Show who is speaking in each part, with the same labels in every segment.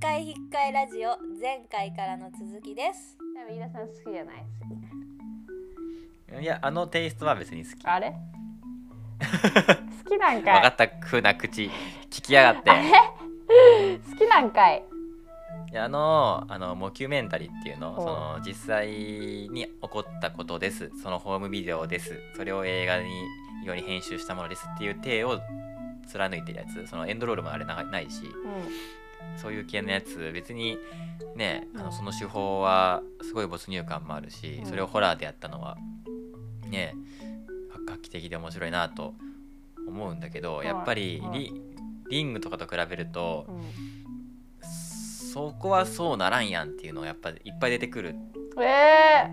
Speaker 1: 外ラジオ前回からの続きです
Speaker 2: 多分飯田さん好きじゃないです
Speaker 3: いやあのテイストは別に好き
Speaker 2: あ れ好きなんか
Speaker 3: 分
Speaker 2: い
Speaker 3: かったふうな口聞きやがって
Speaker 2: あれ好きなんかい
Speaker 3: いやあのあのモキュメンタリーっていうの
Speaker 2: ほう
Speaker 3: その実際に起こったことですそのホームビデオですそれを映画により編集したものですっていう体を貫いてるやつそのエンドロールもあれなないし
Speaker 2: う
Speaker 3: そういう系のやつ別にねあ
Speaker 2: うん
Speaker 3: のその手法はすごい没入感もあるし
Speaker 2: うん
Speaker 3: それをホラーでやったのはねは画期的で面白いなと思うんだけど
Speaker 2: はい
Speaker 3: やっぱり
Speaker 2: はい
Speaker 3: リリングとかと比べると
Speaker 2: んうん
Speaker 3: そこはそうならんやんっていうのがやっぱいっぱい出てくる
Speaker 2: え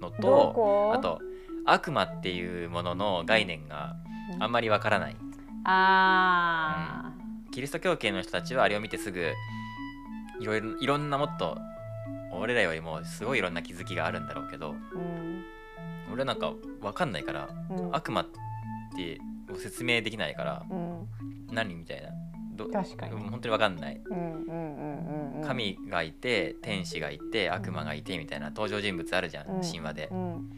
Speaker 3: の
Speaker 2: ー、ど
Speaker 3: と
Speaker 2: こ
Speaker 3: あと悪魔っていうものの概念があんまりわからない
Speaker 2: あ
Speaker 3: キリスト教系の人たちはあれを見てすぐいろいろいろんなもっと俺らよりもすごいいろんな気づきがあるんだろうけど
Speaker 2: ーうん
Speaker 3: 俺なんか分かんないから
Speaker 2: うん
Speaker 3: 悪魔ってもう説明できないから
Speaker 2: うん
Speaker 3: 何みたいなど
Speaker 2: 確かに
Speaker 3: もう本当に分かんない
Speaker 2: うんうんうんうんうん
Speaker 3: 神がいて天使がいて悪魔がいてみたいな登場人物あるじゃ
Speaker 2: うん
Speaker 3: ん神話で
Speaker 2: う、ん
Speaker 3: うん、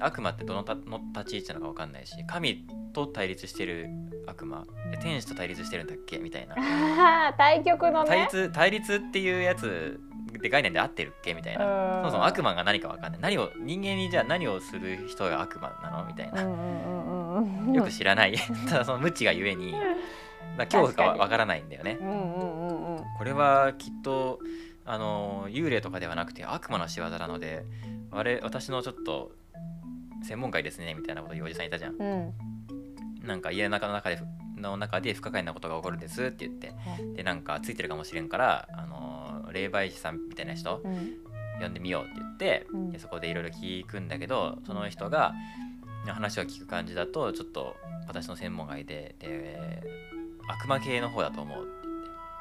Speaker 3: 悪魔ってどのたの立ち位置なのか分かんないし神と対立してる悪魔で天使と対立してるんだっけみたいな
Speaker 2: あー対局の
Speaker 3: 対
Speaker 2: ね
Speaker 3: 立対立っていうやつで概念で合ってるっけみたいなそもそも悪
Speaker 2: 魔
Speaker 3: 魔が何か分かんない何を人間にじゃあ何をする人が悪魔なのみたいな、よく知らない ただその無知がゆえにまあ恐怖
Speaker 2: 確か
Speaker 3: が
Speaker 2: に
Speaker 3: 分からないんだよね
Speaker 2: うんうんうんうん
Speaker 3: これはきっとあの幽霊とかではなくて悪魔の仕業なのであれ私のちょっと専門外ですねみたいなこと言うおじさんいたじゃん
Speaker 2: うん
Speaker 3: なんか家の中の中での中で不可解なことが起こるんですって言ってでなんかついてるかもしれんからあの霊媒師さんみたいな人
Speaker 2: うん
Speaker 3: 呼んでみようって言って、
Speaker 2: うん
Speaker 3: でそこでいろいろ聞くんだけどその人が話を聞く感じだとちょっと私の専門外でで悪魔系の方だと思うって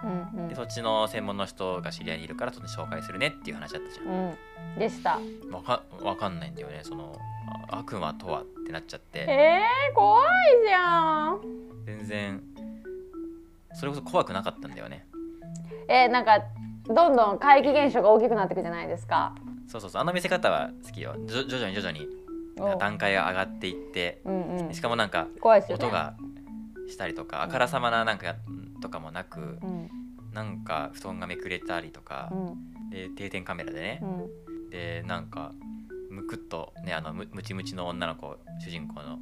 Speaker 3: 言っ
Speaker 2: うんう
Speaker 3: て
Speaker 2: ん
Speaker 3: でそっちの専門の人が知り合いにいるからそっち紹介するねっていう話だったじゃ
Speaker 2: うんでした
Speaker 3: んわかわかんないんだよねそのあ悪魔とはってなっちゃって
Speaker 2: えー、怖いじゃん
Speaker 3: 全然それこそ怖くなかったんだよね
Speaker 2: えー、なんかどんどん怪奇現象が大きくなっていくじゃないですか
Speaker 3: そうそうそうあの見せ方は好きよじょ徐々に徐々に段階が上がっていって
Speaker 2: うんうん
Speaker 3: しかもなんか
Speaker 2: 怖いですよね
Speaker 3: 音がしたりとかあからさまななんかやとかもなく
Speaker 2: うん
Speaker 3: なんか布団がめくれたりとか
Speaker 2: うん
Speaker 3: で定点カメラでね
Speaker 2: うん
Speaker 3: でなんかむくっとねあのむムチムチの女の子主人公の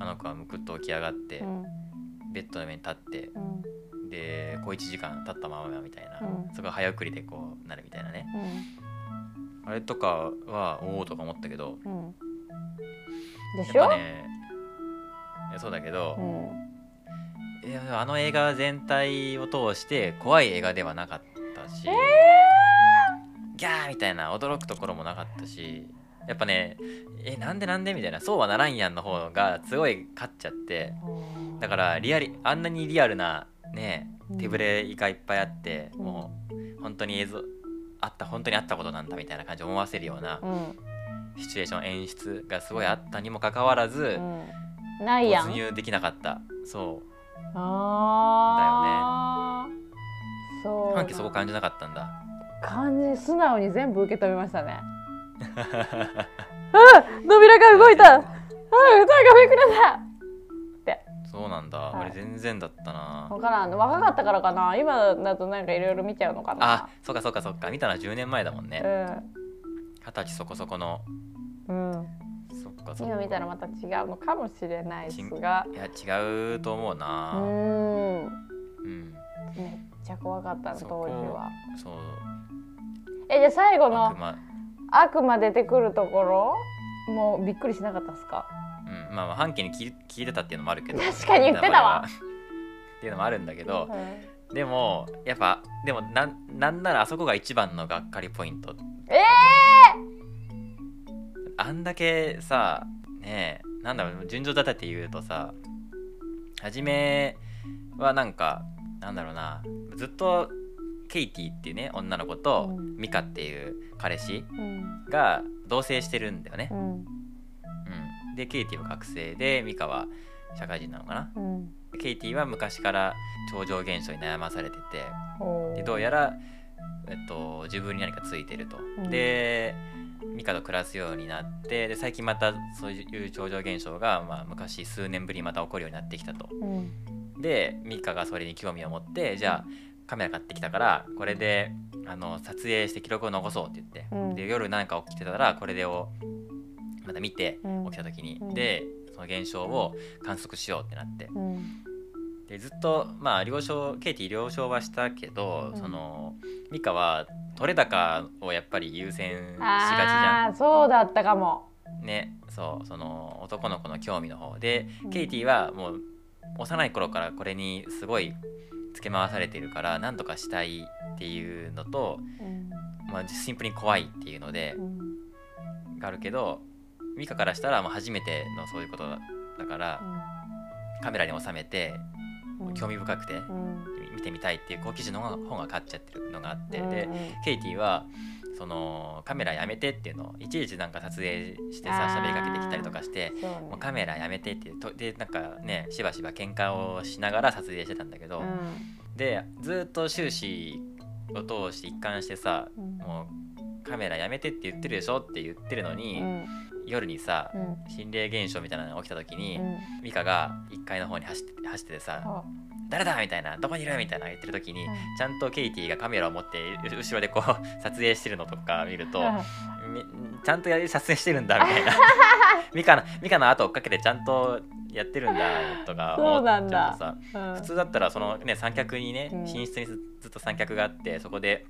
Speaker 3: あの子はむくっと起き上がって
Speaker 2: うん
Speaker 3: ベッドの上に立って
Speaker 2: うん
Speaker 3: で小1時間経ったままみたいな
Speaker 2: うん
Speaker 3: そこが早送りでこうなるみたいなね
Speaker 2: うん
Speaker 3: あれとかはおおとか思ったけど
Speaker 2: うんでし
Speaker 3: やっ
Speaker 2: ょ、
Speaker 3: ぱねいやそうだけど
Speaker 2: うん
Speaker 3: いやでもあの映画全体を通して怖い映画ではなかったし、ギャーみたいな驚くところもなかったしやっぱねえなんでなんでみたいなそうはならんやんの方がすごい勝っちゃってだからリアリあんなにリアルなね
Speaker 2: うん
Speaker 3: 手ぶれがいっぱいあって、
Speaker 2: うん
Speaker 3: もう本当に映像あった本当にあったことなんだみたいな感じを思わせるような
Speaker 2: うん
Speaker 3: シチュエーション演出がすごいあったにもかかわらず、
Speaker 2: うん、ないやん
Speaker 3: 突入できなかったそう
Speaker 2: ああだよねそう
Speaker 3: 半期そこ感じなかったんだ。
Speaker 2: 感じ素直に全部受け止めま したねうん扉が動いたうん扉がめくれた
Speaker 3: そうなんだ、
Speaker 2: はい
Speaker 3: 俺全然だったな
Speaker 2: 分からん若かったからかな今だとなんかいろいろ見ちゃうのか
Speaker 3: あ
Speaker 2: な
Speaker 3: そっかそっかそっか見たのは10年前だもんね
Speaker 2: う
Speaker 3: 二十歳そこそこの
Speaker 2: ん、うん、
Speaker 3: そっかそっ
Speaker 2: 今
Speaker 3: か
Speaker 2: 見たらまた違うのかもしれないですが
Speaker 3: いや違うと思う
Speaker 2: う
Speaker 3: な
Speaker 2: ーん
Speaker 3: うん
Speaker 2: めっちゃ怖かったの
Speaker 3: そ
Speaker 2: 当
Speaker 3: こ
Speaker 2: 時は
Speaker 3: そう
Speaker 2: えじゃあ最後
Speaker 3: 悪
Speaker 2: の
Speaker 3: 魔
Speaker 2: 悪魔出てくるところもうびっくりしなかったですか
Speaker 3: うんまあまあ半期に聞い聞いてたっていうのもあるけど
Speaker 2: 確かに言ってたわ
Speaker 3: 名前は っていうのもあるんだけど
Speaker 2: うん
Speaker 3: でもやっぱでもなんなんならあそこが一番のがっかりポイント
Speaker 2: ええ
Speaker 3: あんだけさねえなんだろう順序立てて言うとさ初めはなんかなんだろうなずっとケイティっていうね女の子と
Speaker 2: うん
Speaker 3: ミカっていう彼氏
Speaker 2: うん
Speaker 3: が同棲してるんだよね
Speaker 2: う、ん
Speaker 3: うん、でケイティは学生でミカは社会人なのかな
Speaker 2: うん
Speaker 3: ケイティは昔から超常現象に悩まされてて
Speaker 2: お
Speaker 3: でどうやら、えっと、自分に何かついてると、
Speaker 2: うん
Speaker 3: でミカと暮らすようになってで最近またそういう超常現象が、まあ、昔数年ぶりにまた起こるようになってきたと
Speaker 2: うん
Speaker 3: でミカがそれに興味を持ってじゃあカメラ買ってきたからこれであの撮影して記録を残そうって言って、
Speaker 2: うん
Speaker 3: で夜なんか起きてたらこれをまた見て
Speaker 2: うん
Speaker 3: 起きた時に、
Speaker 2: うん
Speaker 3: でその現象を観測しようってなって
Speaker 2: うん
Speaker 3: でずっとまあ了承ケイティ了承はしたけど、
Speaker 2: うん
Speaker 3: そのミカは取れ高をやっぱり優先しがちじ
Speaker 2: あ
Speaker 3: ゃ
Speaker 2: あそうだったかも
Speaker 3: んねそうその男の子の興味の方で、
Speaker 2: うん
Speaker 3: ケイティはもう幼い頃からこれにすごい付け回されてるから何とかしたいっていうのと、
Speaker 2: うん
Speaker 3: まあ、シンプルに怖いっていうので
Speaker 2: うん
Speaker 3: があるけどミカからしたらもう初めてのそういうことだからカメラに収めて
Speaker 2: うん
Speaker 3: 興味深くて
Speaker 2: うん
Speaker 3: 見てみたいっていう好奇心の方が方が勝っちゃってるのがあって、
Speaker 2: うん
Speaker 3: でケイティはそのカメラやめてっていうのをいちいちなんか撮影してさ
Speaker 2: あー
Speaker 3: 喋りかけてきたりとかして。
Speaker 2: そうね
Speaker 3: もうカメラやめてっていうとでなんかねしばしば喧嘩をしながら撮影してたんだけど、でずっと終始を通して一貫してさ
Speaker 2: うんうん
Speaker 3: もうカメラやめてって言ってるでしょって言ってるのに、
Speaker 2: うん
Speaker 3: 夜にさ
Speaker 2: う、ん
Speaker 3: 心霊現象みたいなのが起きた時に、
Speaker 2: うん
Speaker 3: ミカが1階の方に走って走っててさ
Speaker 2: あ
Speaker 3: 「誰だ?」みたいな「どこにいる?」みたいな言ってる時に、
Speaker 2: うん
Speaker 3: ちゃんとケイティがカメラを持ってう後ろでこう 撮影してるのとか見ると
Speaker 2: うん
Speaker 3: みちゃんとや撮影してるんだみたい なミカのミカの後追っかけてちゃんとやってるんだとか
Speaker 2: そう
Speaker 3: 思
Speaker 2: な
Speaker 3: っ
Speaker 2: ん
Speaker 3: ちゃう
Speaker 2: だ
Speaker 3: とさ
Speaker 2: うん
Speaker 3: 普通だったらその、ね、三脚にね
Speaker 2: うん
Speaker 3: 寝室にずずっと三脚があってそこで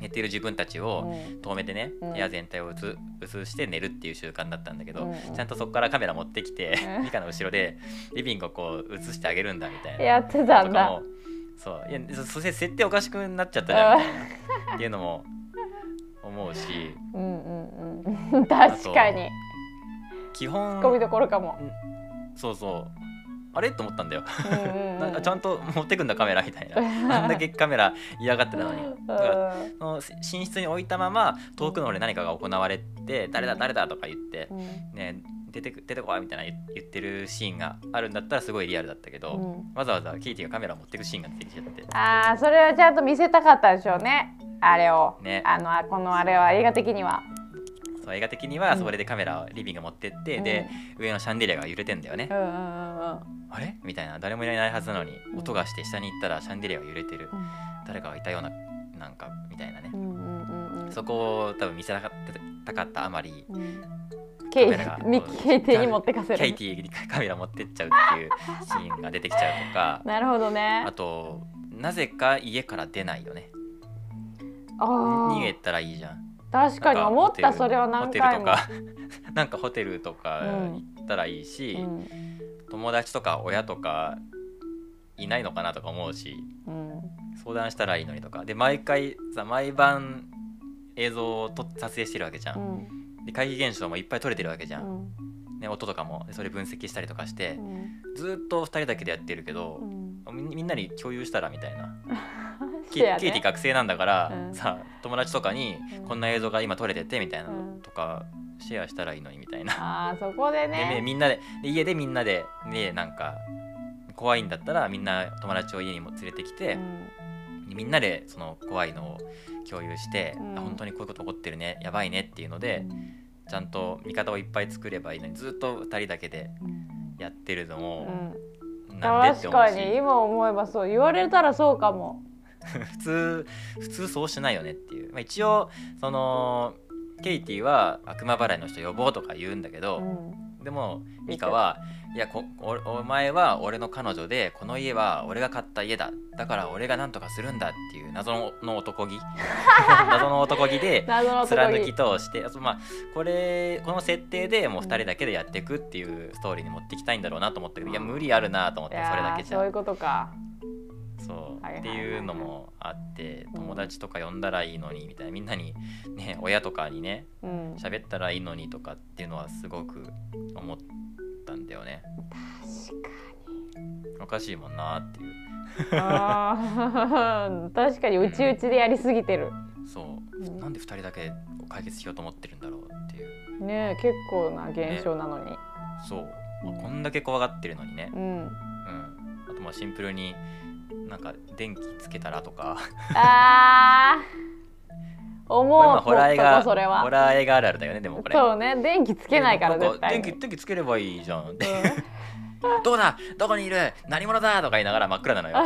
Speaker 3: 寝ている自分たちを、
Speaker 2: うん
Speaker 3: 遠目でね
Speaker 2: うん
Speaker 3: 部屋全体をうつ映して寝るっていう習慣だったんだけど、
Speaker 2: うんうん
Speaker 3: ちゃんとそこからカメラ持ってきて、
Speaker 2: うん
Speaker 3: ミカの後ろでリビングをこう映してあげるんだみたいな
Speaker 2: やってた
Speaker 3: と
Speaker 2: ん
Speaker 3: か
Speaker 2: だ
Speaker 3: もそういやそそして設定おかしくなっちゃったじゃんみたいなっていうのも思うし
Speaker 2: うんうんうん確かに
Speaker 3: 基
Speaker 2: ツッコミ
Speaker 3: 本
Speaker 2: どころかも
Speaker 3: そうそうあれと思ったんだよ、
Speaker 2: うんうんう
Speaker 3: なちゃん
Speaker 2: と
Speaker 3: と持ってくんだカメラみたいなあんだけカメラ嫌がってたのにだからその寝室に置いたまま遠くの方で何かが行われて誰だ誰だとか言って
Speaker 2: うん
Speaker 3: ね、出てく出てこいみたいな言言ってるシーンがあるんだったらすごいリアルだったけど、
Speaker 2: うん
Speaker 3: わざわざケイティがカメラを持ってくシーンが出てきちゃって
Speaker 2: ああそれはちゃんと見せたかったでしょうねあれを
Speaker 3: ね
Speaker 2: あのあこのあれは映画的には
Speaker 3: そう映画的に
Speaker 2: う
Speaker 3: は
Speaker 2: ん
Speaker 3: それでカメラをリビング持ってって、で上のシャンデリアが揺れてんだよね、
Speaker 2: うんうんうんうん
Speaker 3: あれみたいな誰もいないはずなのに
Speaker 2: うん
Speaker 3: 音がして下に行ったらシャンデリアが揺れてる
Speaker 2: うん
Speaker 3: 誰かがいたようななんかみたいなね
Speaker 2: う、んうんうんうん
Speaker 3: そこを多分見せなかったたかったあまり
Speaker 2: ケイ
Speaker 3: カメラが
Speaker 2: ミッキーケイティに持ってかせ
Speaker 3: ケイ
Speaker 2: る
Speaker 3: ティにカメラ持ってっちゃうっていうシーンが出てきちゃうとか
Speaker 2: なるほどね
Speaker 3: あとなぜか家から出ないよね
Speaker 2: あー
Speaker 3: 逃げたらいいじゃん
Speaker 2: 確かに思っ
Speaker 3: なん
Speaker 2: た
Speaker 3: か
Speaker 2: それは何回も
Speaker 3: ホテルとか なんかホテルとか行ったらいいし、
Speaker 2: うん
Speaker 3: 友達とか親とかいないのかなとか思うし
Speaker 2: うん
Speaker 3: 相談したらいいのにとかで毎回さ毎晩映像を撮撮影してるわけじゃ、
Speaker 2: うんん
Speaker 3: で怪奇現象もいっぱい撮れてるわけじ
Speaker 2: う
Speaker 3: ゃん、
Speaker 2: ん
Speaker 3: ね、音とかもでそれ分析したりとかして
Speaker 2: う、ん
Speaker 3: ずーっと2人だけでやってるけど
Speaker 2: う、ん
Speaker 3: みんみんなに共有したらみたいな、
Speaker 2: せ
Speaker 3: ケイ
Speaker 2: やね
Speaker 3: ケイティ学生なんだから、
Speaker 2: うん
Speaker 3: さ友達とかに
Speaker 2: うん
Speaker 3: こんな映像が今撮れててみたいな、
Speaker 2: うん
Speaker 3: とかシェアしたらいいのにみたいな
Speaker 2: あーそこで
Speaker 3: でね
Speaker 2: ね
Speaker 3: みんなでで家でみんなでねなんか怖いんだったらみんな友達を家にも連れてきて
Speaker 2: う、ん
Speaker 3: でみんなでその怖いのを共有して、
Speaker 2: うん
Speaker 3: あ本当にこういうこと起こってるねやばいねっていうので、ちゃんと味方をいっぱい作ればいいのにずっと2人だけで
Speaker 2: うん
Speaker 3: やってるのも、
Speaker 2: うん
Speaker 3: なんでっ
Speaker 2: 確
Speaker 3: て思う
Speaker 2: か
Speaker 3: し
Speaker 2: に今思えばそう言われたらそうかも
Speaker 3: 普通普通そうしないよねっていう、まあ、一応そのケイティは悪魔払いの人呼ぼうとか言うんだけど、
Speaker 2: うん
Speaker 3: でもミカは「いやこおお前は俺の彼女でこの家は俺が買った家だだから俺が何とかするんだ」っていう謎のの男 気謎の男気で
Speaker 2: 謎のとこ
Speaker 3: 貫き
Speaker 2: に
Speaker 3: 通してあとまあこれこの設定でもう2人だけでやっていくっていうストーリーに持ってきたいんだろうなと思ったけどいや無理あるなと思っ
Speaker 2: い
Speaker 3: てそれだ
Speaker 2: や
Speaker 3: け
Speaker 2: ー
Speaker 3: じ
Speaker 2: そうい
Speaker 3: ゃ
Speaker 2: うことか
Speaker 3: そう
Speaker 2: はいはいはいはい
Speaker 3: っていうのもあって
Speaker 2: うん
Speaker 3: 友達とか呼んだらいいのにみたいなみんなにね親とかにね
Speaker 2: うん
Speaker 3: 喋ったらいいのにとかっていうのはすごく思ったんだよね
Speaker 2: 確か
Speaker 3: おかしいもんなっていう
Speaker 2: あー 確かにうちうちでやりすぎてる、
Speaker 3: そう、
Speaker 2: うん
Speaker 3: なんで2人だけを解決しようと思ってるんだろうっていう
Speaker 2: ねえ結構な現象なのに、
Speaker 3: そう、まあこんだけ怖がってるのにね
Speaker 2: うん
Speaker 3: うんあととまあシンプルになんか電気つけたらとか
Speaker 2: あー思
Speaker 3: これま
Speaker 2: う
Speaker 3: あ
Speaker 2: と
Speaker 3: ホラー映画
Speaker 2: こそれは
Speaker 3: ホラー映画あるあるだよねでもこれ
Speaker 2: そうね電気つけないから
Speaker 3: んか
Speaker 2: 絶対に
Speaker 3: 電気電気つければいいじゃんどうだどこにいる何者だとか言いながら真っ暗 なのよ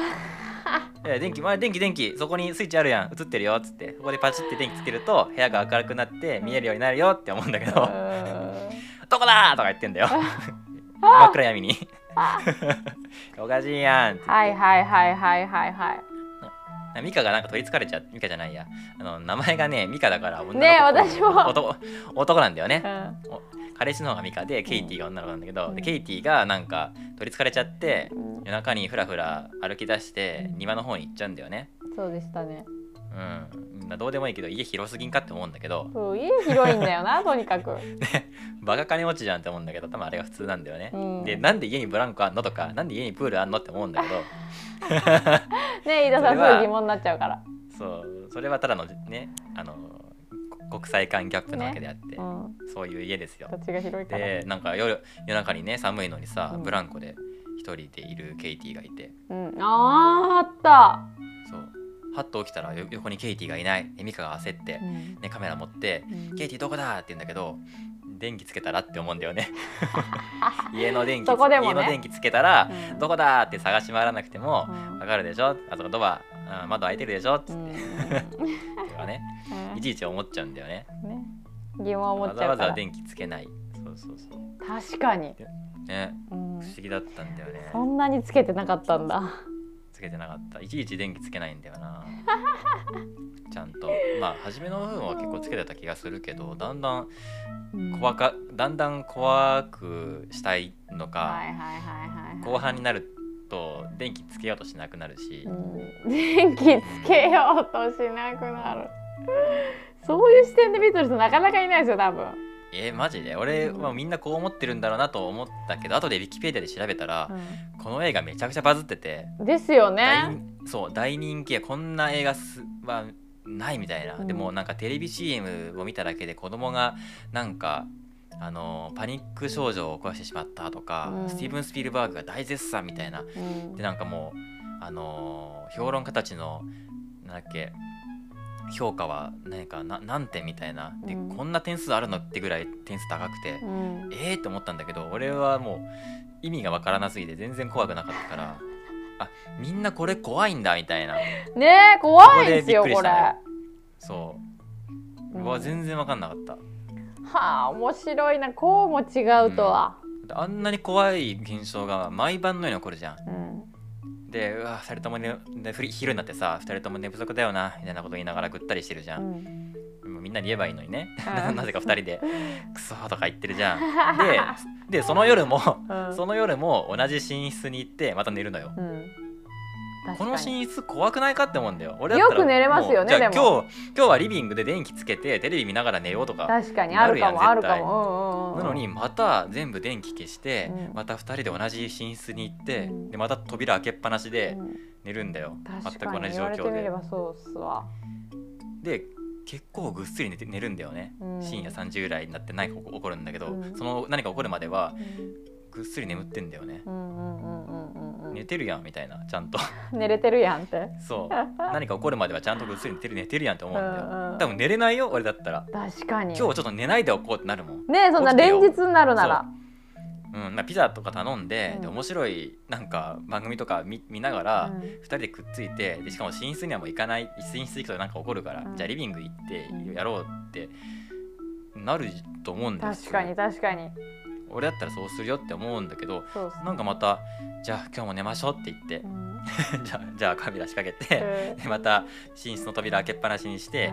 Speaker 3: いや電気、まあ、電気電気そこにスイッチあるやん映ってるよっつってここでパチって電気つけると部屋が明るくなって見えるようになるよって思うんだけど
Speaker 2: うんうん
Speaker 3: どこだとか言ってん だよ真っ暗闇に おかしいやんって
Speaker 2: はいはいはいはいはいはい
Speaker 3: ミカがなんか取りつかれちゃミカじゃないやあの名前がねミカだから女の子
Speaker 2: ねえ私も
Speaker 3: 男男なんだよね
Speaker 2: うん
Speaker 3: 彼氏の方がミカでケイティが女の子なんだけど、でケイティがなんか取りつかれちゃって夜中にふらふら歩き出して庭の方に行っちゃうんだよね
Speaker 2: そうでしたね
Speaker 3: うんまあどうでもいいけど家広すぎんかって思うんだけど
Speaker 2: そう家広いんだよ なとにかく
Speaker 3: バカ金持ちじゃんって思うんだけど多分あれが普通なんだよね、
Speaker 2: うん
Speaker 3: でなんで家にブランコあんのとかなんで家にプールあんのって思うんだけど
Speaker 2: ね飯田さんす
Speaker 3: それは
Speaker 2: ぐ疑問になっちゃうから
Speaker 3: そうそれはただのねあのこ国際間ギャップなわけであって、
Speaker 2: うん
Speaker 3: そういう家ですよ
Speaker 2: 土地が広いから
Speaker 3: でなんか夜夜中にね寒いのにさ、
Speaker 2: うん
Speaker 3: ブランコで一人でいるケイティがいて
Speaker 2: うんあーあっ
Speaker 3: そうハッと起きたらよ横にケイティがいないでミカが焦って
Speaker 2: た、う、ん
Speaker 3: ね、カメラ持って「ケイティどこだ?」って言うんだけど電気つけたらって思うんだ よね家の電気つ
Speaker 2: そこでもね
Speaker 3: 家の電気つけたら
Speaker 2: うん
Speaker 3: どこだって探し回らなくても
Speaker 2: うん
Speaker 3: わかるでしょあそこドア、うん窓開いてるでしょっつ
Speaker 2: う
Speaker 3: っ
Speaker 2: ん
Speaker 3: てとかね
Speaker 2: うん
Speaker 3: いちいち思っちゃうんだよね
Speaker 2: ね疑問を持
Speaker 3: わ
Speaker 2: っち
Speaker 3: ざ
Speaker 2: ゃ
Speaker 3: わ
Speaker 2: うか
Speaker 3: ざ
Speaker 2: ら
Speaker 3: 電気つけないそうそうそう
Speaker 2: 確かに、
Speaker 3: ね
Speaker 2: うん
Speaker 3: 不思議だったんだよね
Speaker 2: そんなにつけてなかったんだ
Speaker 3: つけてなかったいちいち電気つけないんだよ なちゃんとまあ初めの部分は結構つけてた気がするけどだんだん怖
Speaker 2: く
Speaker 3: かだんだん怖くしたいのか、
Speaker 2: はいはいはいはいはい
Speaker 3: 後半になると電気つけようとしなくなるし、
Speaker 2: うん電気つけようとしなくなるそういう視点でビートルズなかなかいないですよ多分
Speaker 3: えマジで俺
Speaker 2: うん
Speaker 3: はみんなこう思ってるんだろうなと思ったけど後でウィキペディアで調べたら、
Speaker 2: う
Speaker 3: この映画めちゃくちゃバズってて、
Speaker 2: んですよ
Speaker 3: 大
Speaker 2: ね
Speaker 3: そう大人気やこんな映画すはないみたいな、
Speaker 2: うん
Speaker 3: でもなんかテレビ CM を見ただけで子供がなんかあのパニック症状を起こしてしまったとか、
Speaker 2: うん
Speaker 3: スティーブン・スピルバーグが大絶賛みたいな
Speaker 2: うん
Speaker 3: でなんかもうあのー評論家たちのなんだっけ評価は何かな何点みたいなで、
Speaker 2: うん
Speaker 3: こんな点数あるのってぐらい点数高くて、
Speaker 2: うん
Speaker 3: えーって思ったんだけど俺はもう意味がわからなすぎて全然怖くなかったからあみんなこれ怖いんだみたいな
Speaker 2: ねえ怖いですよ
Speaker 3: ここでびっくりし
Speaker 2: これ
Speaker 3: たね
Speaker 2: は
Speaker 3: そう、う
Speaker 2: うん
Speaker 3: わ全然わかんなかった
Speaker 2: あ面白いなこうも違うとは、
Speaker 3: であんなに怖い現象が毎晩のように起こるじゃん
Speaker 2: うん
Speaker 3: でうわ2人とも、ね、でふり昼になってさ2人とも寝不足だよなみたいなこと言いながらぐったりしてるじゃん、
Speaker 2: うん
Speaker 3: もうみんなに言えばいいのにね
Speaker 2: う
Speaker 3: なんなぜか2人で「クソ」とか言ってるじゃんででその夜も
Speaker 2: うん
Speaker 3: その夜も同じ寝室に行ってまた寝るのよ
Speaker 2: うん確
Speaker 3: この
Speaker 2: かに
Speaker 3: 寝室怖くないかって思うんだよ俺だったら
Speaker 2: よく寝れますよね
Speaker 3: もうじゃあ
Speaker 2: でも
Speaker 3: 今日今日はリビングで電気つけてテレビ見ながら寝ようとか
Speaker 2: 確かにあるかもあ
Speaker 3: な
Speaker 2: る
Speaker 3: るや
Speaker 2: か
Speaker 3: ん
Speaker 2: もうんうんうんうん
Speaker 3: なのにまた全部電気消して、
Speaker 2: うん
Speaker 3: また2人で同じ寝室に行って、
Speaker 2: うん
Speaker 3: でまた扉開けっぱなし
Speaker 2: う
Speaker 3: で
Speaker 2: ん
Speaker 3: 寝るんだよ、
Speaker 2: 確
Speaker 3: 全
Speaker 2: か
Speaker 3: く同
Speaker 2: に言
Speaker 3: じ状
Speaker 2: われて
Speaker 3: 況
Speaker 2: みれ
Speaker 3: で
Speaker 2: ばそうっすわ
Speaker 3: で結構ぐっすり寝て寝るんだよね、
Speaker 2: うん
Speaker 3: 深夜3時ぐらいになって何か起こるんだけど、
Speaker 2: うん
Speaker 3: その何か起こるまでは
Speaker 2: う
Speaker 3: ぐっすり眠ってんだよね、
Speaker 2: んうんうんうんうんうん
Speaker 3: 寝てるやんみたいなちゃ んと
Speaker 2: 寝れてるやんって
Speaker 3: そう何か起こるまではちゃんとぐっすり寝てる寝てるやんって思うんだよ、
Speaker 2: うんうん
Speaker 3: 多分寝れないよ俺だったら
Speaker 2: 確かに
Speaker 3: 今日ちょっと寝ないでおこうってなるもん、
Speaker 2: ねえそんな連日になるなら
Speaker 3: うん、なんかピザとか頼んで,、
Speaker 2: うん
Speaker 3: で面白いなんか番組とか見見ながら、
Speaker 2: うん
Speaker 3: 2人でくっついてでしかも寝室にはもう行かない寝室行くとなんか起こるから、
Speaker 2: うん
Speaker 3: じゃあリビング行って
Speaker 2: うん
Speaker 3: やろうってなると思うんです
Speaker 2: 確かに確かに
Speaker 3: 俺だったらそうするよって思うんだけど
Speaker 2: そうっすね
Speaker 3: なんかまたじゃあ今日も寝ましょうって言って
Speaker 2: う、ん
Speaker 3: じゃあじゃあカメラ仕掛けて、 でまた寝室の扉開けっぱなしにして、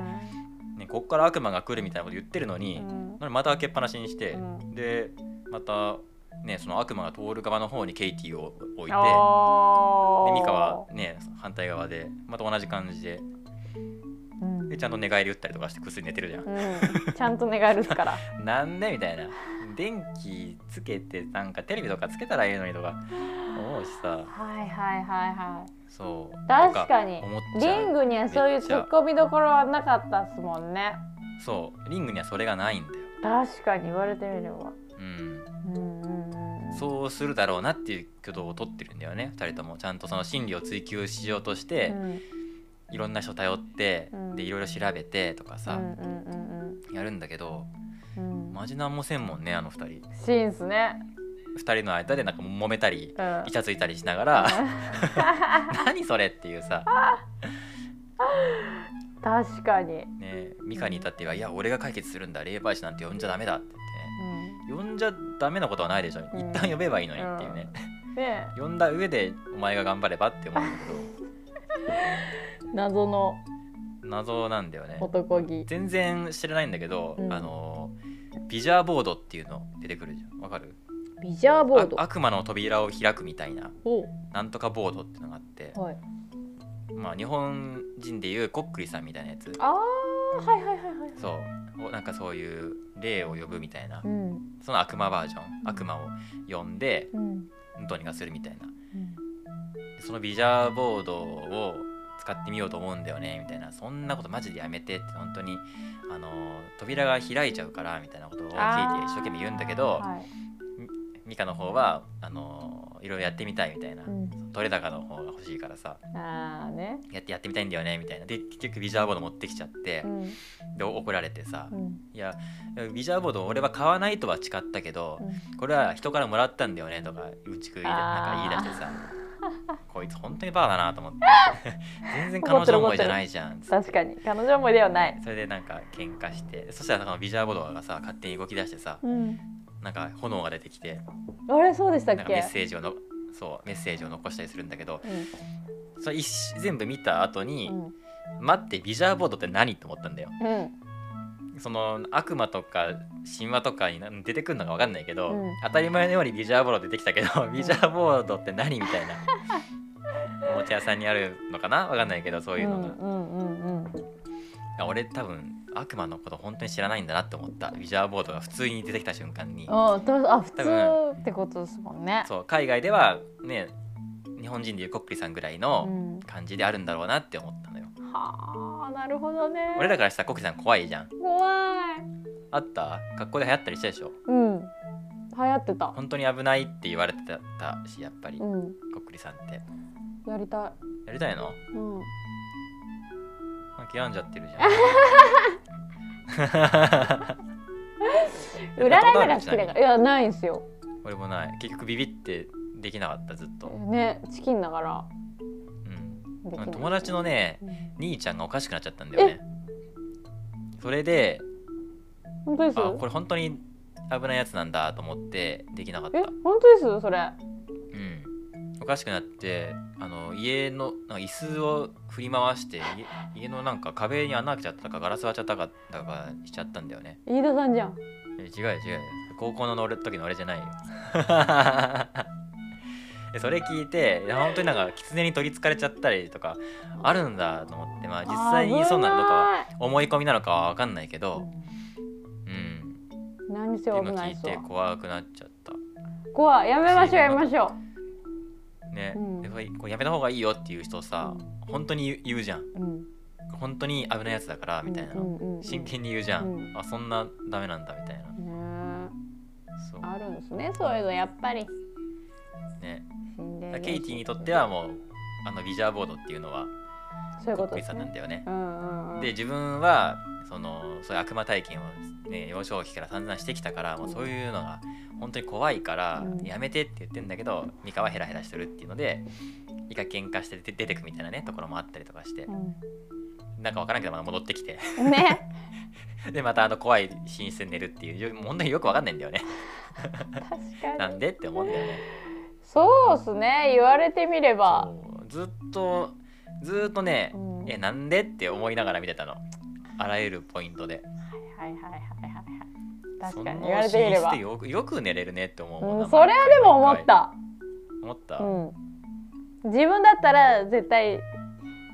Speaker 3: ね、こっから悪魔が来るみたいなこと言ってるの
Speaker 2: う
Speaker 3: に、
Speaker 2: ん
Speaker 3: なんでまた開けっぱなしにして、
Speaker 2: うん
Speaker 3: でまた、ね、その悪魔が通る側の方にケイティを置いて
Speaker 2: あ
Speaker 3: で
Speaker 2: ー
Speaker 3: ミカは、ね、反対側でまた同じ感じで
Speaker 2: うん
Speaker 3: でちゃんと寝返り打ったりとかして薬寝てるじゃん。
Speaker 2: うんちゃんと寝返るっす から
Speaker 3: なんでみたいな電気つけてなんかテレビとかつけたらいいのにとか思うしさ
Speaker 2: はいはいはいはい
Speaker 3: そう
Speaker 2: 確かに
Speaker 3: と思っち
Speaker 2: リ
Speaker 3: ゃう
Speaker 2: ングにはそういう突っ込みどころはなかったっすもんね
Speaker 3: そうリングにはそれがないんだよ。
Speaker 2: 確かに言われてみれば
Speaker 3: うん
Speaker 2: うんうんうんうん
Speaker 3: そうするだろうなっていう挙動をとってるんだよね2人ともちゃんとその心理を追求しようとして、
Speaker 2: うん
Speaker 3: いろんな人頼って、
Speaker 2: うん
Speaker 3: でいろいろ調べてとか
Speaker 2: うんう
Speaker 3: さ、
Speaker 2: ん
Speaker 3: やるんだけど
Speaker 2: うんうん
Speaker 3: マジなんもせんもんねあの2人2
Speaker 2: シーンっすね
Speaker 3: 人の間でなんか揉めたり
Speaker 2: うん
Speaker 3: イチャついたりしな がら何それっていうさ、
Speaker 2: 確かに、
Speaker 3: ね、ミカに至っては「いや俺が解決するんだ霊媒師なんて呼んじゃダメだ」って言って、ね、呼んじゃダメなことはないでしょ
Speaker 2: うん
Speaker 3: 一旦呼べばいいのにっていうね、
Speaker 2: うん、ね
Speaker 3: 呼んだ上でお前が頑張ればって思うんだけど
Speaker 2: 謎の
Speaker 3: 謎なんだよね
Speaker 2: 男気
Speaker 3: 全然知らないんだけど、
Speaker 2: うん
Speaker 3: あのビジャーボードっていうの出てくるじゃんわかる
Speaker 2: ビジャーボード
Speaker 3: あ悪魔の扉を開くみたいな
Speaker 2: お
Speaker 3: なんとかボードってのがあって、
Speaker 2: はい
Speaker 3: まあ、日本人でいうコックリさんみたいなやつ
Speaker 2: あーはいはいはいはい
Speaker 3: そうおなんかそういう霊を呼ぶみたいな
Speaker 2: うん
Speaker 3: その悪魔バージョン悪魔を呼んで
Speaker 2: うん
Speaker 3: どうにかするみたいなそのビジャーボードを使ってみようと思うんだよねみたいなそんなことマジでやめてって本当にあの扉が開いちゃうからみたいなことを聞いて一生懸命言うんだけど、
Speaker 2: はい
Speaker 3: ミカの方はあのいろいろやってみたいみたいな、
Speaker 2: うん
Speaker 3: 取れ高の方が欲しいからさ
Speaker 2: ああね
Speaker 3: やってやってみたいんだよねみたいなで結局ビジャーボード持ってきちゃって
Speaker 2: う、ん
Speaker 3: で怒られてさ、
Speaker 2: うん
Speaker 3: いやいやビジャーボード俺は買わないとは誓ったけど、これは人からもらったんだよねとかうんちく言いなんか言い出してさ こいつ本当にバーだなと思って全然彼女思いじゃないじゃんつっ
Speaker 2: 確
Speaker 3: て
Speaker 2: かに彼女思いではない
Speaker 3: それでなんか喧嘩してそしたらそのビジャーボードがさ勝手に動き出してさ
Speaker 2: うん
Speaker 3: なんか炎が出てきて
Speaker 2: あれそうでした
Speaker 3: な
Speaker 2: っ
Speaker 3: んかメ
Speaker 2: け
Speaker 3: ッセージをのそうメッセージを残したりするんだけど
Speaker 2: う
Speaker 3: それ一し全部見た後に、
Speaker 2: ん
Speaker 3: 待ってビジャーボードって何と思ったんだよ
Speaker 2: うん
Speaker 3: その悪魔とか神話とかにな出てくるのか分かんないけど、
Speaker 2: うん
Speaker 3: 当たり前のようにビジャーボード出てきたけど、ビジャーボードって何みたいなおもちゃ屋さんにあるのかな分かんないけどそういうのが、
Speaker 2: うんうんうん
Speaker 3: あ俺多分悪魔のこと本当に知らないんだなって思ったビジャーボードが普通に出てきた瞬間に
Speaker 2: あたあ普
Speaker 3: 多分
Speaker 2: 通ってことですもんね
Speaker 3: そう海外ではね日本人でいうコックリさんぐらいうの
Speaker 2: ん
Speaker 3: 感じであるんだろうなって思ったのよ、
Speaker 2: はあなるほどね
Speaker 3: 俺らからしたらコックリさん怖いじゃん
Speaker 2: 怖い
Speaker 3: あった学校で流行ったりしたでしょ
Speaker 2: うん流行ってた
Speaker 3: 本当に危ないって言われてたしやっぱり
Speaker 2: うん
Speaker 3: コックリさんって
Speaker 2: やりたい
Speaker 3: やりたいの
Speaker 2: うん
Speaker 3: まあ病んじゃってるじ ゃん。
Speaker 2: 占いなんか好きだからいやないんすよ
Speaker 3: 俺もない。結局ビビってできなかったずっと。
Speaker 2: ねチキンだから
Speaker 3: うん。
Speaker 2: できない
Speaker 3: 友達のね
Speaker 2: うん
Speaker 3: 兄ちゃんがおかしくなっちゃったんだよね。それで、
Speaker 2: 本当です
Speaker 3: あこれ本当に危ないやつなんだと思ってできなかった
Speaker 2: え。本当ですそれ
Speaker 3: うん。おかしくなってあの家のなんか椅子を振り回して家家のなんか壁に穴開けちゃったかガラス割っちゃったかだかしちゃったんだよね。
Speaker 2: 飯田さんじゃん
Speaker 3: え違うよ違うよ高校の乗る時の俺じゃないよ でそれ聞いていや本当になんか狐に取りつかれちゃったりとかあるんだと思ってまあ実際にそうなのかは
Speaker 2: は
Speaker 3: 思い込みなのかは分かんないけどうん
Speaker 2: 何せ
Speaker 3: 今
Speaker 2: 危な
Speaker 3: 聞
Speaker 2: い
Speaker 3: い
Speaker 2: っす
Speaker 3: て
Speaker 2: わ
Speaker 3: 怖くなっちゃった
Speaker 2: 怖いやめましょうやめましょ
Speaker 3: ね、
Speaker 2: うん
Speaker 3: でこれこれやめた方がいいよっていう人さ
Speaker 2: う
Speaker 3: 本当に言う言うじゃん
Speaker 2: ううん
Speaker 3: 本当に危ないやつだからみたいな
Speaker 2: うんうんうん
Speaker 3: 真剣に言うじゃん、
Speaker 2: うん
Speaker 3: あそんなダメなんだみたいな
Speaker 2: ね
Speaker 3: そう
Speaker 2: あるんですねそういうのやっぱり
Speaker 3: ね
Speaker 2: 心霊現象
Speaker 3: ケイティにとってはもうあのビジャーボードっていうのは
Speaker 2: そういう
Speaker 3: コ
Speaker 2: こと
Speaker 3: ッ
Speaker 2: で
Speaker 3: クリ
Speaker 2: す
Speaker 3: さんなん
Speaker 2: ね
Speaker 3: だよね
Speaker 2: う。んうんうん
Speaker 3: で自分はそのそういう悪魔体験を、ね、幼少期から散々してきたからもうそういうのが本当に怖いから
Speaker 2: うん
Speaker 3: やめてって言ってんだけどミカはヘラヘラしてるっていうので一回喧嘩して出て出てくみたいなねところもあったりとかして
Speaker 2: う
Speaker 3: なんかわからんけどまた戻ってきて
Speaker 2: んね
Speaker 3: でまたあの怖い寝室に寝るっていうよもう本当によくわかんないんだよね
Speaker 2: 確か
Speaker 3: な
Speaker 2: に
Speaker 3: んでって思うんだよね
Speaker 2: そうっすね言われてみれば
Speaker 3: そうずっとずっとね
Speaker 2: うん
Speaker 3: えなんでって思いながら見てたのあらゆるポイントで
Speaker 2: はいはいはいはいはいはい確
Speaker 3: その
Speaker 2: かに言われてみれば
Speaker 3: 寝室でよくよく寝れるねって思うもん
Speaker 2: う
Speaker 3: なんんか
Speaker 2: それはでも思った
Speaker 3: 思った、
Speaker 2: うん自分だったら絶対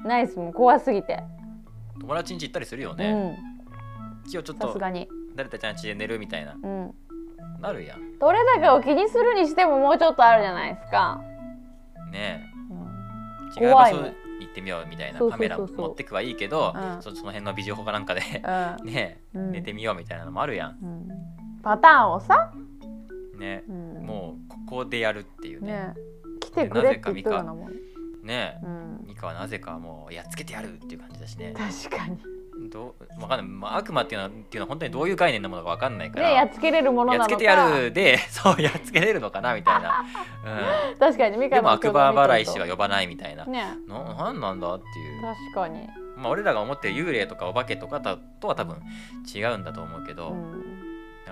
Speaker 2: ないっすもん怖すぎて
Speaker 3: 友達ん家行ったりするよ
Speaker 2: う
Speaker 3: ね、
Speaker 2: ん
Speaker 3: 今日ちょっ
Speaker 2: さす
Speaker 3: と
Speaker 2: がに
Speaker 3: 誰たちの家で寝るみたいな
Speaker 2: うん
Speaker 3: なるやん
Speaker 2: どれだけを気にするにしてももうちょっとあるじゃないですか、
Speaker 3: ね
Speaker 2: うん
Speaker 3: え違う場
Speaker 2: 怖い
Speaker 3: 所
Speaker 2: もん
Speaker 3: 行ってみようみたいな
Speaker 2: そう
Speaker 3: カ
Speaker 2: そうそ
Speaker 3: メ
Speaker 2: うそ
Speaker 3: ラ
Speaker 2: う
Speaker 3: 持ってくはいいけど
Speaker 2: うん
Speaker 3: そその辺のビジオかなんかでねえ、
Speaker 2: うん
Speaker 3: 寝てみようみたいなのもあるやん、
Speaker 2: うん、パターンをさ、
Speaker 3: ね
Speaker 2: うん、
Speaker 3: もうここでやるってい
Speaker 2: う
Speaker 3: うね
Speaker 2: ね来てくれって言ってたようなもん、
Speaker 3: ね
Speaker 2: うん、
Speaker 3: ミカはなぜかもうやっつけてやるっていう感じだしね
Speaker 2: 確かに
Speaker 3: どうわかんない、まあ、悪魔っていうのはっていうのは本当にどういう概念のものかわかんないか
Speaker 2: ね
Speaker 3: ら、
Speaker 2: やっつけれるものな
Speaker 3: や
Speaker 2: の
Speaker 3: っつ
Speaker 2: か
Speaker 3: けてやるで そうやっつけれるのかなみたいな、
Speaker 2: 確かに
Speaker 3: う
Speaker 2: ミ
Speaker 3: ん、
Speaker 2: カ
Speaker 3: でも
Speaker 2: の
Speaker 3: 悪魔払い師は呼ばないみたいな、
Speaker 2: ね
Speaker 3: ななんなんだっていう、
Speaker 2: 確かに、
Speaker 3: まあ、俺らが思ってる幽霊とかお化けとかだとは多分違うんだと思うけど、
Speaker 2: うん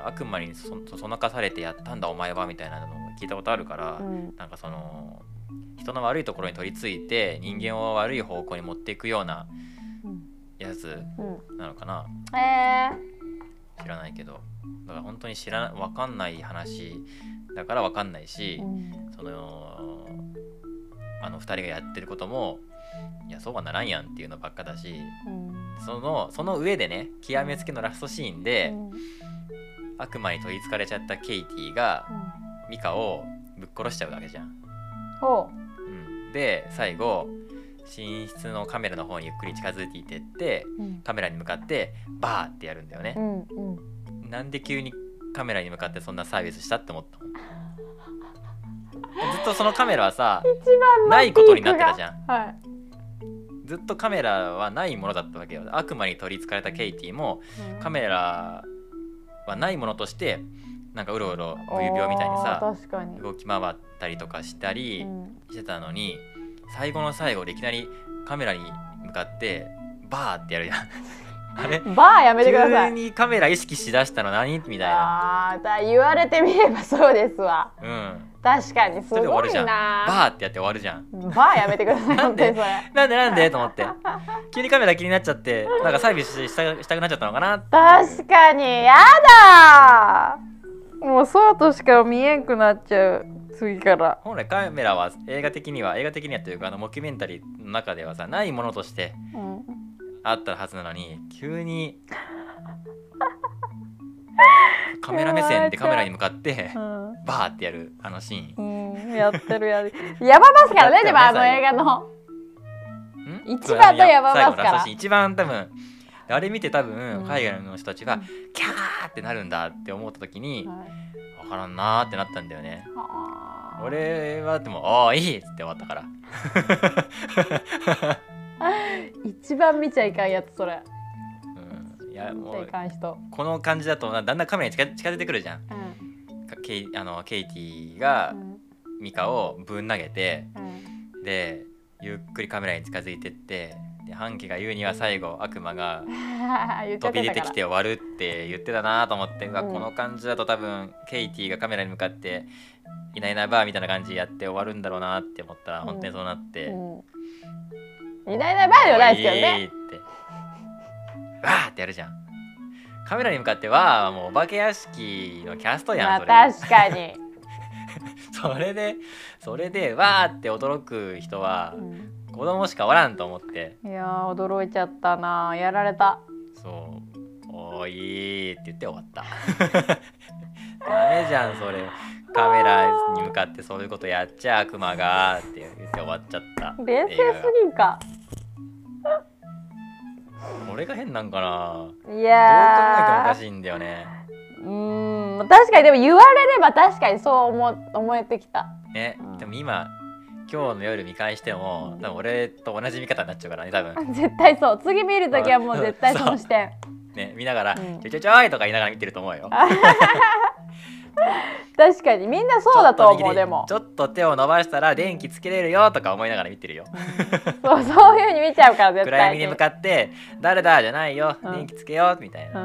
Speaker 3: 悪魔にそそそのかされてやったんだお前はみたいなのを聞いたことあるから、
Speaker 2: うん、
Speaker 3: なんかその人の悪いところに取り付いて人間を悪い方向に持っていくようなやつ
Speaker 2: うん
Speaker 3: なのかな
Speaker 2: え
Speaker 3: 知らないけどだから本当に知らな分かんない話だから分かんないし
Speaker 2: ー、うん
Speaker 3: そのあの2人がやってることもいやそうはならんやんっていうのばっかだし
Speaker 2: うん
Speaker 3: そのその上でね極めつけのラストシーンで、
Speaker 2: うん
Speaker 3: 悪魔に取りつかれちゃったケイティがミカをぶっ殺しちゃうわけじゃん。
Speaker 2: ほ
Speaker 3: うん、で最後寝室のカメラの方にゆっくり近づいていってって
Speaker 2: ううん
Speaker 3: カメラに向かってバーってやるんだよね
Speaker 2: う。んうん
Speaker 3: なんで急にカメラに向かってそんなサービスしたって思った のずっとそのカメラはさ
Speaker 2: 一番の
Speaker 3: ないことになってたじゃん
Speaker 2: んはい
Speaker 3: ずっとカメラはないものだったわけよ悪魔に取りつかれたケイティもカメラはないものとしてなんかうろうろ
Speaker 2: うん
Speaker 3: 無指病みたいに
Speaker 2: あ
Speaker 3: さ
Speaker 2: ー確かに
Speaker 3: 動き回ったりとかしたり
Speaker 2: うん
Speaker 3: してたのに最後の最後でいきなりカメラに向かってバーって やるじゃんあれ
Speaker 2: バーやめてください
Speaker 3: 急にカメラ意識しだしたの何みたいな
Speaker 2: あーだ言われてみればそうですわ
Speaker 3: うん
Speaker 2: 確かにす
Speaker 3: それで終わ
Speaker 2: ご
Speaker 3: る
Speaker 2: い
Speaker 3: じゃん
Speaker 2: な
Speaker 3: バーってやって終わるじゃん
Speaker 2: バーやめてください
Speaker 3: なん
Speaker 2: 本当
Speaker 3: で
Speaker 2: にそれ
Speaker 3: なんでなんでと 思って急にカメラ気になっちゃってなんかサービスしたしたくなっちゃったのかな
Speaker 2: 確かにやだーもうそうとしか見えんくなっちゃう次から
Speaker 3: 本来カメラは映画的には映画的にはというかあのモキュメンタリーの中ではさないものとして
Speaker 2: うん
Speaker 3: あったはずなのに急にカメラ目線でカメラに向かって
Speaker 2: う
Speaker 3: バーってやるあのシーン
Speaker 2: ん、うん、やってるやるやばますから
Speaker 3: やっ
Speaker 2: ね
Speaker 3: て
Speaker 2: で
Speaker 3: る
Speaker 2: もあの
Speaker 3: 最後
Speaker 2: 映画の
Speaker 3: ん
Speaker 2: 一番とやばますから
Speaker 3: 最後のラストシーン一番多分あれ見て多分
Speaker 2: うん
Speaker 3: 海外の人たちがキャーってなるんだって思った時に分からんなーってなったんだよね
Speaker 2: あー
Speaker 3: 俺はでも「ああいい!」っつって終わったから
Speaker 2: 一番見ちゃいかんやつそれ
Speaker 3: うんいや
Speaker 2: 見
Speaker 3: も
Speaker 2: ちゃいうかん人
Speaker 3: この感じだとなだんだんカメラに近近づいてくるじゃん
Speaker 2: うん
Speaker 3: かケイあのケイティが
Speaker 2: うん
Speaker 3: ミカをぶん投げて
Speaker 2: うん
Speaker 3: でゆっくりカメラに近づいてってでハンキが言うには最後悪魔が
Speaker 2: 言っちゃ
Speaker 3: 飛
Speaker 2: って
Speaker 3: び出
Speaker 2: た
Speaker 3: て
Speaker 2: か
Speaker 3: き
Speaker 2: ら
Speaker 3: て終わるって言ってたなと思って、うわ
Speaker 2: うん
Speaker 3: この感じだと多分ケイティがカメラに向かって「いないいないばー」みたいな感じでやって終わるんだろうなって思ったら
Speaker 2: うん
Speaker 3: 本当にそうなって。
Speaker 2: うん、いないいないばあではないですけどね。
Speaker 3: おいって。わーってやるじゃん。カメラに向かってわーはもうお化け屋敷のキャストやん、それ。
Speaker 2: まあ確か に。
Speaker 3: それで、それでわーって驚く人は
Speaker 2: うん
Speaker 3: 子供しかおらんと思って、
Speaker 2: いやー驚いちゃったなやられた。
Speaker 3: そう、おいーって言って終わった。 ダメじゃん、それ。カメラに向かってそういうことやっちゃ悪魔がーって言って終わっちゃった。
Speaker 2: 冷静す
Speaker 3: 映画が
Speaker 2: ぎんか。
Speaker 3: 俺が変なんかないどう考えてもお
Speaker 2: や
Speaker 3: かしいんだよね。
Speaker 2: ーうーん確かにでも言われれば確かにそう思思えてき た。
Speaker 3: ね、
Speaker 2: うん
Speaker 3: でも今今日の夜見返しても、
Speaker 2: うん
Speaker 3: 多分俺と同じ見方になっちゃうからね多分
Speaker 2: 絶対そう次見るときはもう絶対その視 点。
Speaker 3: ね見ながら「
Speaker 2: うん
Speaker 3: ちょいちょいちょい!」とか言いながら見てると思うよ。
Speaker 2: 確かにみんなそうだと
Speaker 3: ちょっ
Speaker 2: 思う
Speaker 3: 右に
Speaker 2: でも
Speaker 3: ち。ょっと手を伸ばしたら電気つけれるよとか思いながら見てるよ。
Speaker 2: そう そういうふうに見ちゃうから絶
Speaker 3: 暗
Speaker 2: 対
Speaker 3: 闇
Speaker 2: に。
Speaker 3: に向かって「誰だ?」じゃないよ、
Speaker 2: うん
Speaker 3: 電気つけようみたいな、
Speaker 2: う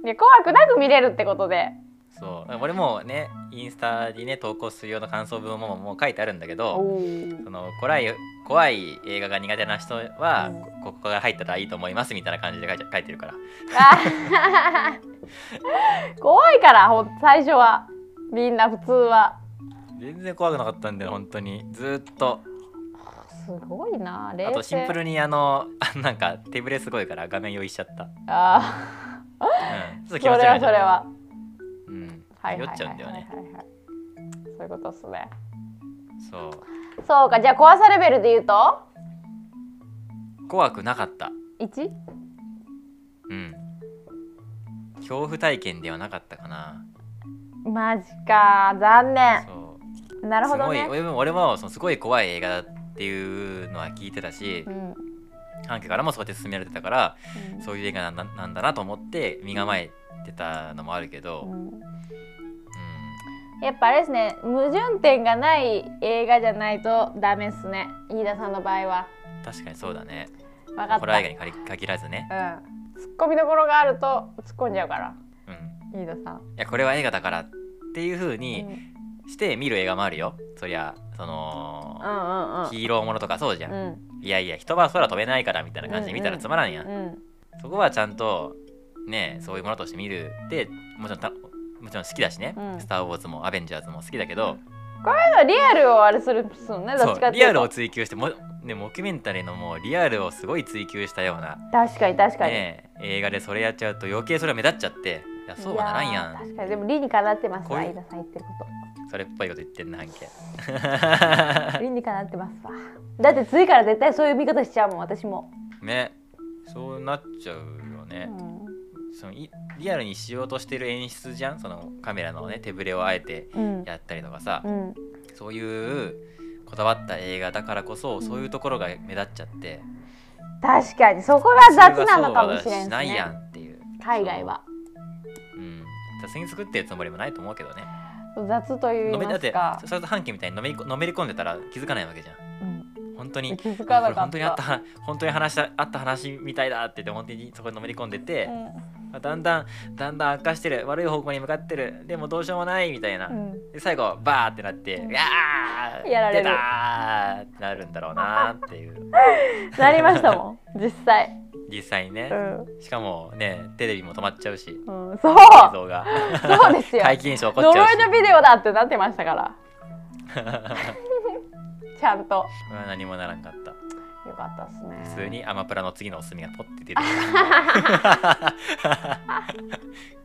Speaker 2: んで怖くなく見れるってことで。
Speaker 3: そう俺もねインスタにね投稿するような感想文ももう書いてあるんだけど
Speaker 2: おー
Speaker 3: その怖い怖い映画が苦手な人は、
Speaker 2: うん
Speaker 3: こここが入ったらいいと思いますみたいな感じで書いちゃ書いてるから
Speaker 2: あー 怖いからほん最初はみんな普通は
Speaker 3: 全然怖くなかったんだよ本当にずーっと
Speaker 2: すごいな冷静
Speaker 3: あとシンプルにあの あなんか手ぶれすごいから画面用意しちゃった、
Speaker 2: あ
Speaker 3: うん、ちょっと
Speaker 2: ー
Speaker 3: 気
Speaker 2: そ
Speaker 3: 持ち
Speaker 2: れ
Speaker 3: 悪
Speaker 2: はいそれは
Speaker 3: うん
Speaker 2: はいはい
Speaker 3: 酔っ
Speaker 2: はい
Speaker 3: ちゃ
Speaker 2: はい
Speaker 3: うんだよね
Speaker 2: はいはいそういうことっすね
Speaker 3: そう
Speaker 2: そうかじゃあ怖さレベルで言うと
Speaker 3: 怖くなかった
Speaker 2: 1?
Speaker 3: うん恐怖体験ではなかったかな
Speaker 2: マジか残念
Speaker 3: そう
Speaker 2: なるほど
Speaker 3: す
Speaker 2: ね
Speaker 3: ごい俺も俺もそのすごい怖い映画だっていうのは聞いてたし
Speaker 2: うんうん
Speaker 3: 半家からもそうやって勧められてたからそういう映画なんだなんだなと思って身構えてたのもあるけど、うん
Speaker 2: うんやっぱあれですね矛盾点がない映画じゃないとダメっすね飯田さんの場合は
Speaker 3: 確かにそうだね
Speaker 2: 分かった
Speaker 3: ホラー映画に限り限らずね、
Speaker 2: うんツッコミどころがあると突っ込んじゃうから
Speaker 3: うん、
Speaker 2: 飯田さん、
Speaker 3: いやこれは映画だからっていう風に
Speaker 2: うん
Speaker 3: して見る映画もあるよそりゃその
Speaker 2: う、ん
Speaker 3: ヒーローものとかそうじゃん、
Speaker 2: うんうん
Speaker 3: いやいや人は空飛べないからみたいな感じで見たらつまらんやん、
Speaker 2: うんうん
Speaker 3: そこはちゃんとねそういうものとして見るでもちろんたもちろん好きだしね、
Speaker 2: うん
Speaker 3: スター・ウォーズ」も「アベンジャーズ」も好きだけど、
Speaker 2: リアルをあれするんですよねど
Speaker 3: そ
Speaker 2: っちか
Speaker 3: う
Speaker 2: ってい
Speaker 3: リ
Speaker 2: う
Speaker 3: アル
Speaker 2: と
Speaker 3: を追求しても、ね、モキュメンタリーのもうリアルをすごい追求したような、
Speaker 2: 確かに確かに、
Speaker 3: ね、映画でそれやっちゃうと余計それは目立っちゃっていやそうはならんや
Speaker 2: いー確
Speaker 3: ん
Speaker 2: かにでも理にかなってます
Speaker 3: こう
Speaker 2: わ
Speaker 3: いう
Speaker 2: 飯田さん言ってるこ
Speaker 3: それっぽいこと言ってんな半径
Speaker 2: と理にかなってますわだって次から絶対そういう見方しちゃうもん私も、
Speaker 3: ねそうなっちゃうよね、そのいリアルにしようとしてる演出じゃんそのカメラのね手ぶれをあえて
Speaker 2: うんうん
Speaker 3: やったりとかさ、
Speaker 2: うん
Speaker 3: そういうこだわった映画だからこそそういうところが目立っちゃって
Speaker 2: 確かにそこが雑なのかもしれ
Speaker 3: そはそうはしな
Speaker 2: ない
Speaker 3: い
Speaker 2: です
Speaker 3: や
Speaker 2: ね
Speaker 3: んっていう
Speaker 2: 海外は
Speaker 3: うん雑に作ってるつもりもないと思うけどね
Speaker 2: 雑と言い
Speaker 3: のめ
Speaker 2: ま
Speaker 3: だっ
Speaker 2: す
Speaker 3: て
Speaker 2: か
Speaker 3: そ、それと半径みたいにのめりこのめり込んでたら気づかないわけじゃん
Speaker 2: うん、
Speaker 3: 本当に
Speaker 2: 気づか
Speaker 3: あこ
Speaker 2: な
Speaker 3: れ
Speaker 2: か
Speaker 3: 本
Speaker 2: っ
Speaker 3: 当にあったた話本当に話したあった話みたいだって言って本当にそこにのめり込んでて、だんだんだんだん悪化してる悪い方向に向かってるでもどうしようもないみたいな、
Speaker 2: うん
Speaker 3: で最後バーってなって「うわー
Speaker 2: やられる
Speaker 3: 出た!」ってなるんだろうなっていう
Speaker 2: なりました もん実際、
Speaker 3: 実際にね、
Speaker 2: う
Speaker 3: しかもねテレビも止まっちゃうし映
Speaker 2: んうん、そう
Speaker 3: 像が
Speaker 2: そうです よ
Speaker 3: 怪奇現象起こっちゃう
Speaker 2: 呪
Speaker 3: し
Speaker 2: いのビデオだってなってましたから ちゃんと
Speaker 3: まあ何もならんかった
Speaker 2: よかったですね
Speaker 3: 普通にアマプラの次のおすすめがポッて出てき た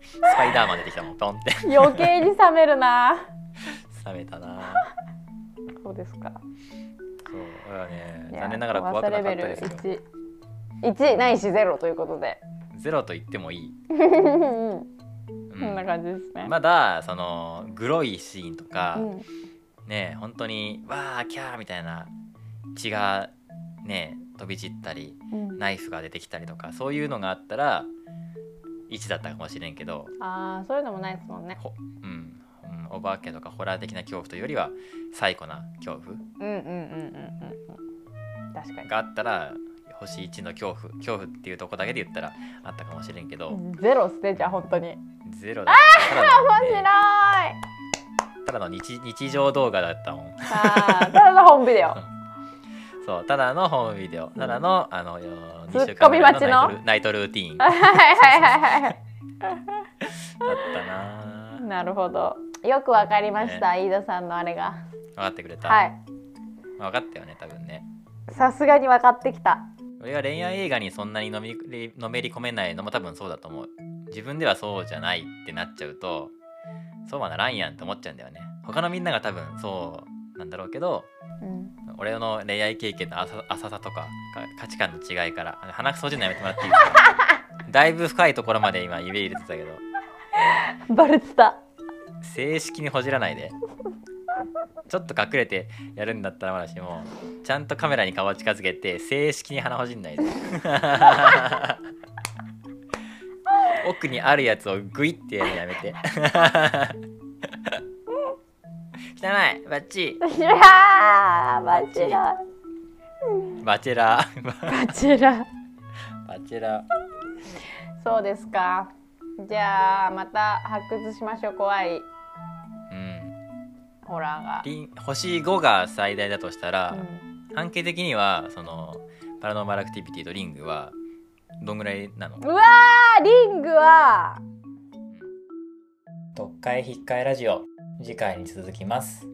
Speaker 3: スパイダーマン出てきたもんポンって
Speaker 2: 余計に冷めるな
Speaker 3: 冷めたな
Speaker 2: そうですか
Speaker 3: そうこれはね
Speaker 2: いや
Speaker 3: 残念ながら怖くなかったですよ
Speaker 2: 怖さレベル一一ないしゼロということで
Speaker 3: ゼロと言ってもいい、
Speaker 2: うん
Speaker 3: う、
Speaker 2: こんなん感じですね、
Speaker 3: まだそのグロいシーンとか、
Speaker 2: うん
Speaker 3: ね本当にわーキャーみたいな血がね飛び散ったり
Speaker 2: うん
Speaker 3: ナイフが出てきたりとかそういうのがあったら1だったかもしれんけど、
Speaker 2: ああそういうのもないですもんね
Speaker 3: ほうんうん、お化けとかホラー的な恐怖というよりは最古な恐怖
Speaker 2: うんうんうんうんうんうん確かに
Speaker 3: があったら星1の恐怖恐怖っていうとこだけで言ったらあったかもしれんけど、
Speaker 2: ゼロっすねじゃあ本当に
Speaker 3: ゼロだったら
Speaker 2: 面
Speaker 3: の、
Speaker 2: 白い
Speaker 3: ね、
Speaker 2: あ
Speaker 3: ただの日日常動画だったもん。
Speaker 2: あーただの本ビデオ
Speaker 3: そうただのホームビデオ、ただのあの
Speaker 2: ツ
Speaker 3: 2週
Speaker 2: ッコ
Speaker 3: 間
Speaker 2: ミ待
Speaker 3: ぐらい
Speaker 2: ち
Speaker 3: の
Speaker 2: の
Speaker 3: ナイトルナイトルーティーン
Speaker 2: はいはいはいはい
Speaker 3: だったなぁ
Speaker 2: なるほど。よくわかりました、飯田さんのあれが。
Speaker 3: 分かってくれた、
Speaker 2: はい。
Speaker 3: 分かったよね多分ね
Speaker 2: さすがに分かってきた。
Speaker 3: 俺が恋愛映画にそんなにのめりのめり込めないのも多分そうだと思う自分ではそうじゃないってなっちゃうとそうはならんやんって思っちゃうんだよね他のみんなが多分そうなんだろうけど
Speaker 2: うん。
Speaker 3: 俺の恋愛経験の浅浅さとかか価値観の違いからあの鼻くそじるのやめてもらっていいですか だいぶ深いところまで今指入れてたけど
Speaker 2: バレてた。
Speaker 3: 正式にほじらないでちょっと隠れてやるんだったらまだしもちゃんとカメラに顔近づけて正式に鼻ほじんないで 奥にあるやつをグイってやるのやめて 汚いバッチ
Speaker 2: いやー、バチェラ。
Speaker 3: リバチェラー
Speaker 2: バチェラ。
Speaker 3: バチェラ
Speaker 2: そうですか。じゃあ、また発掘しましょう、怖い
Speaker 3: ーうん
Speaker 2: ホラー
Speaker 3: リン星5が最大だとしたら
Speaker 2: が。う、ん、
Speaker 3: 半径的にはそのパラノーマルアクティビティとリングはどんぐらいなの
Speaker 2: うわー、リングは。
Speaker 3: 読解引っ換えラジオ次回に続きます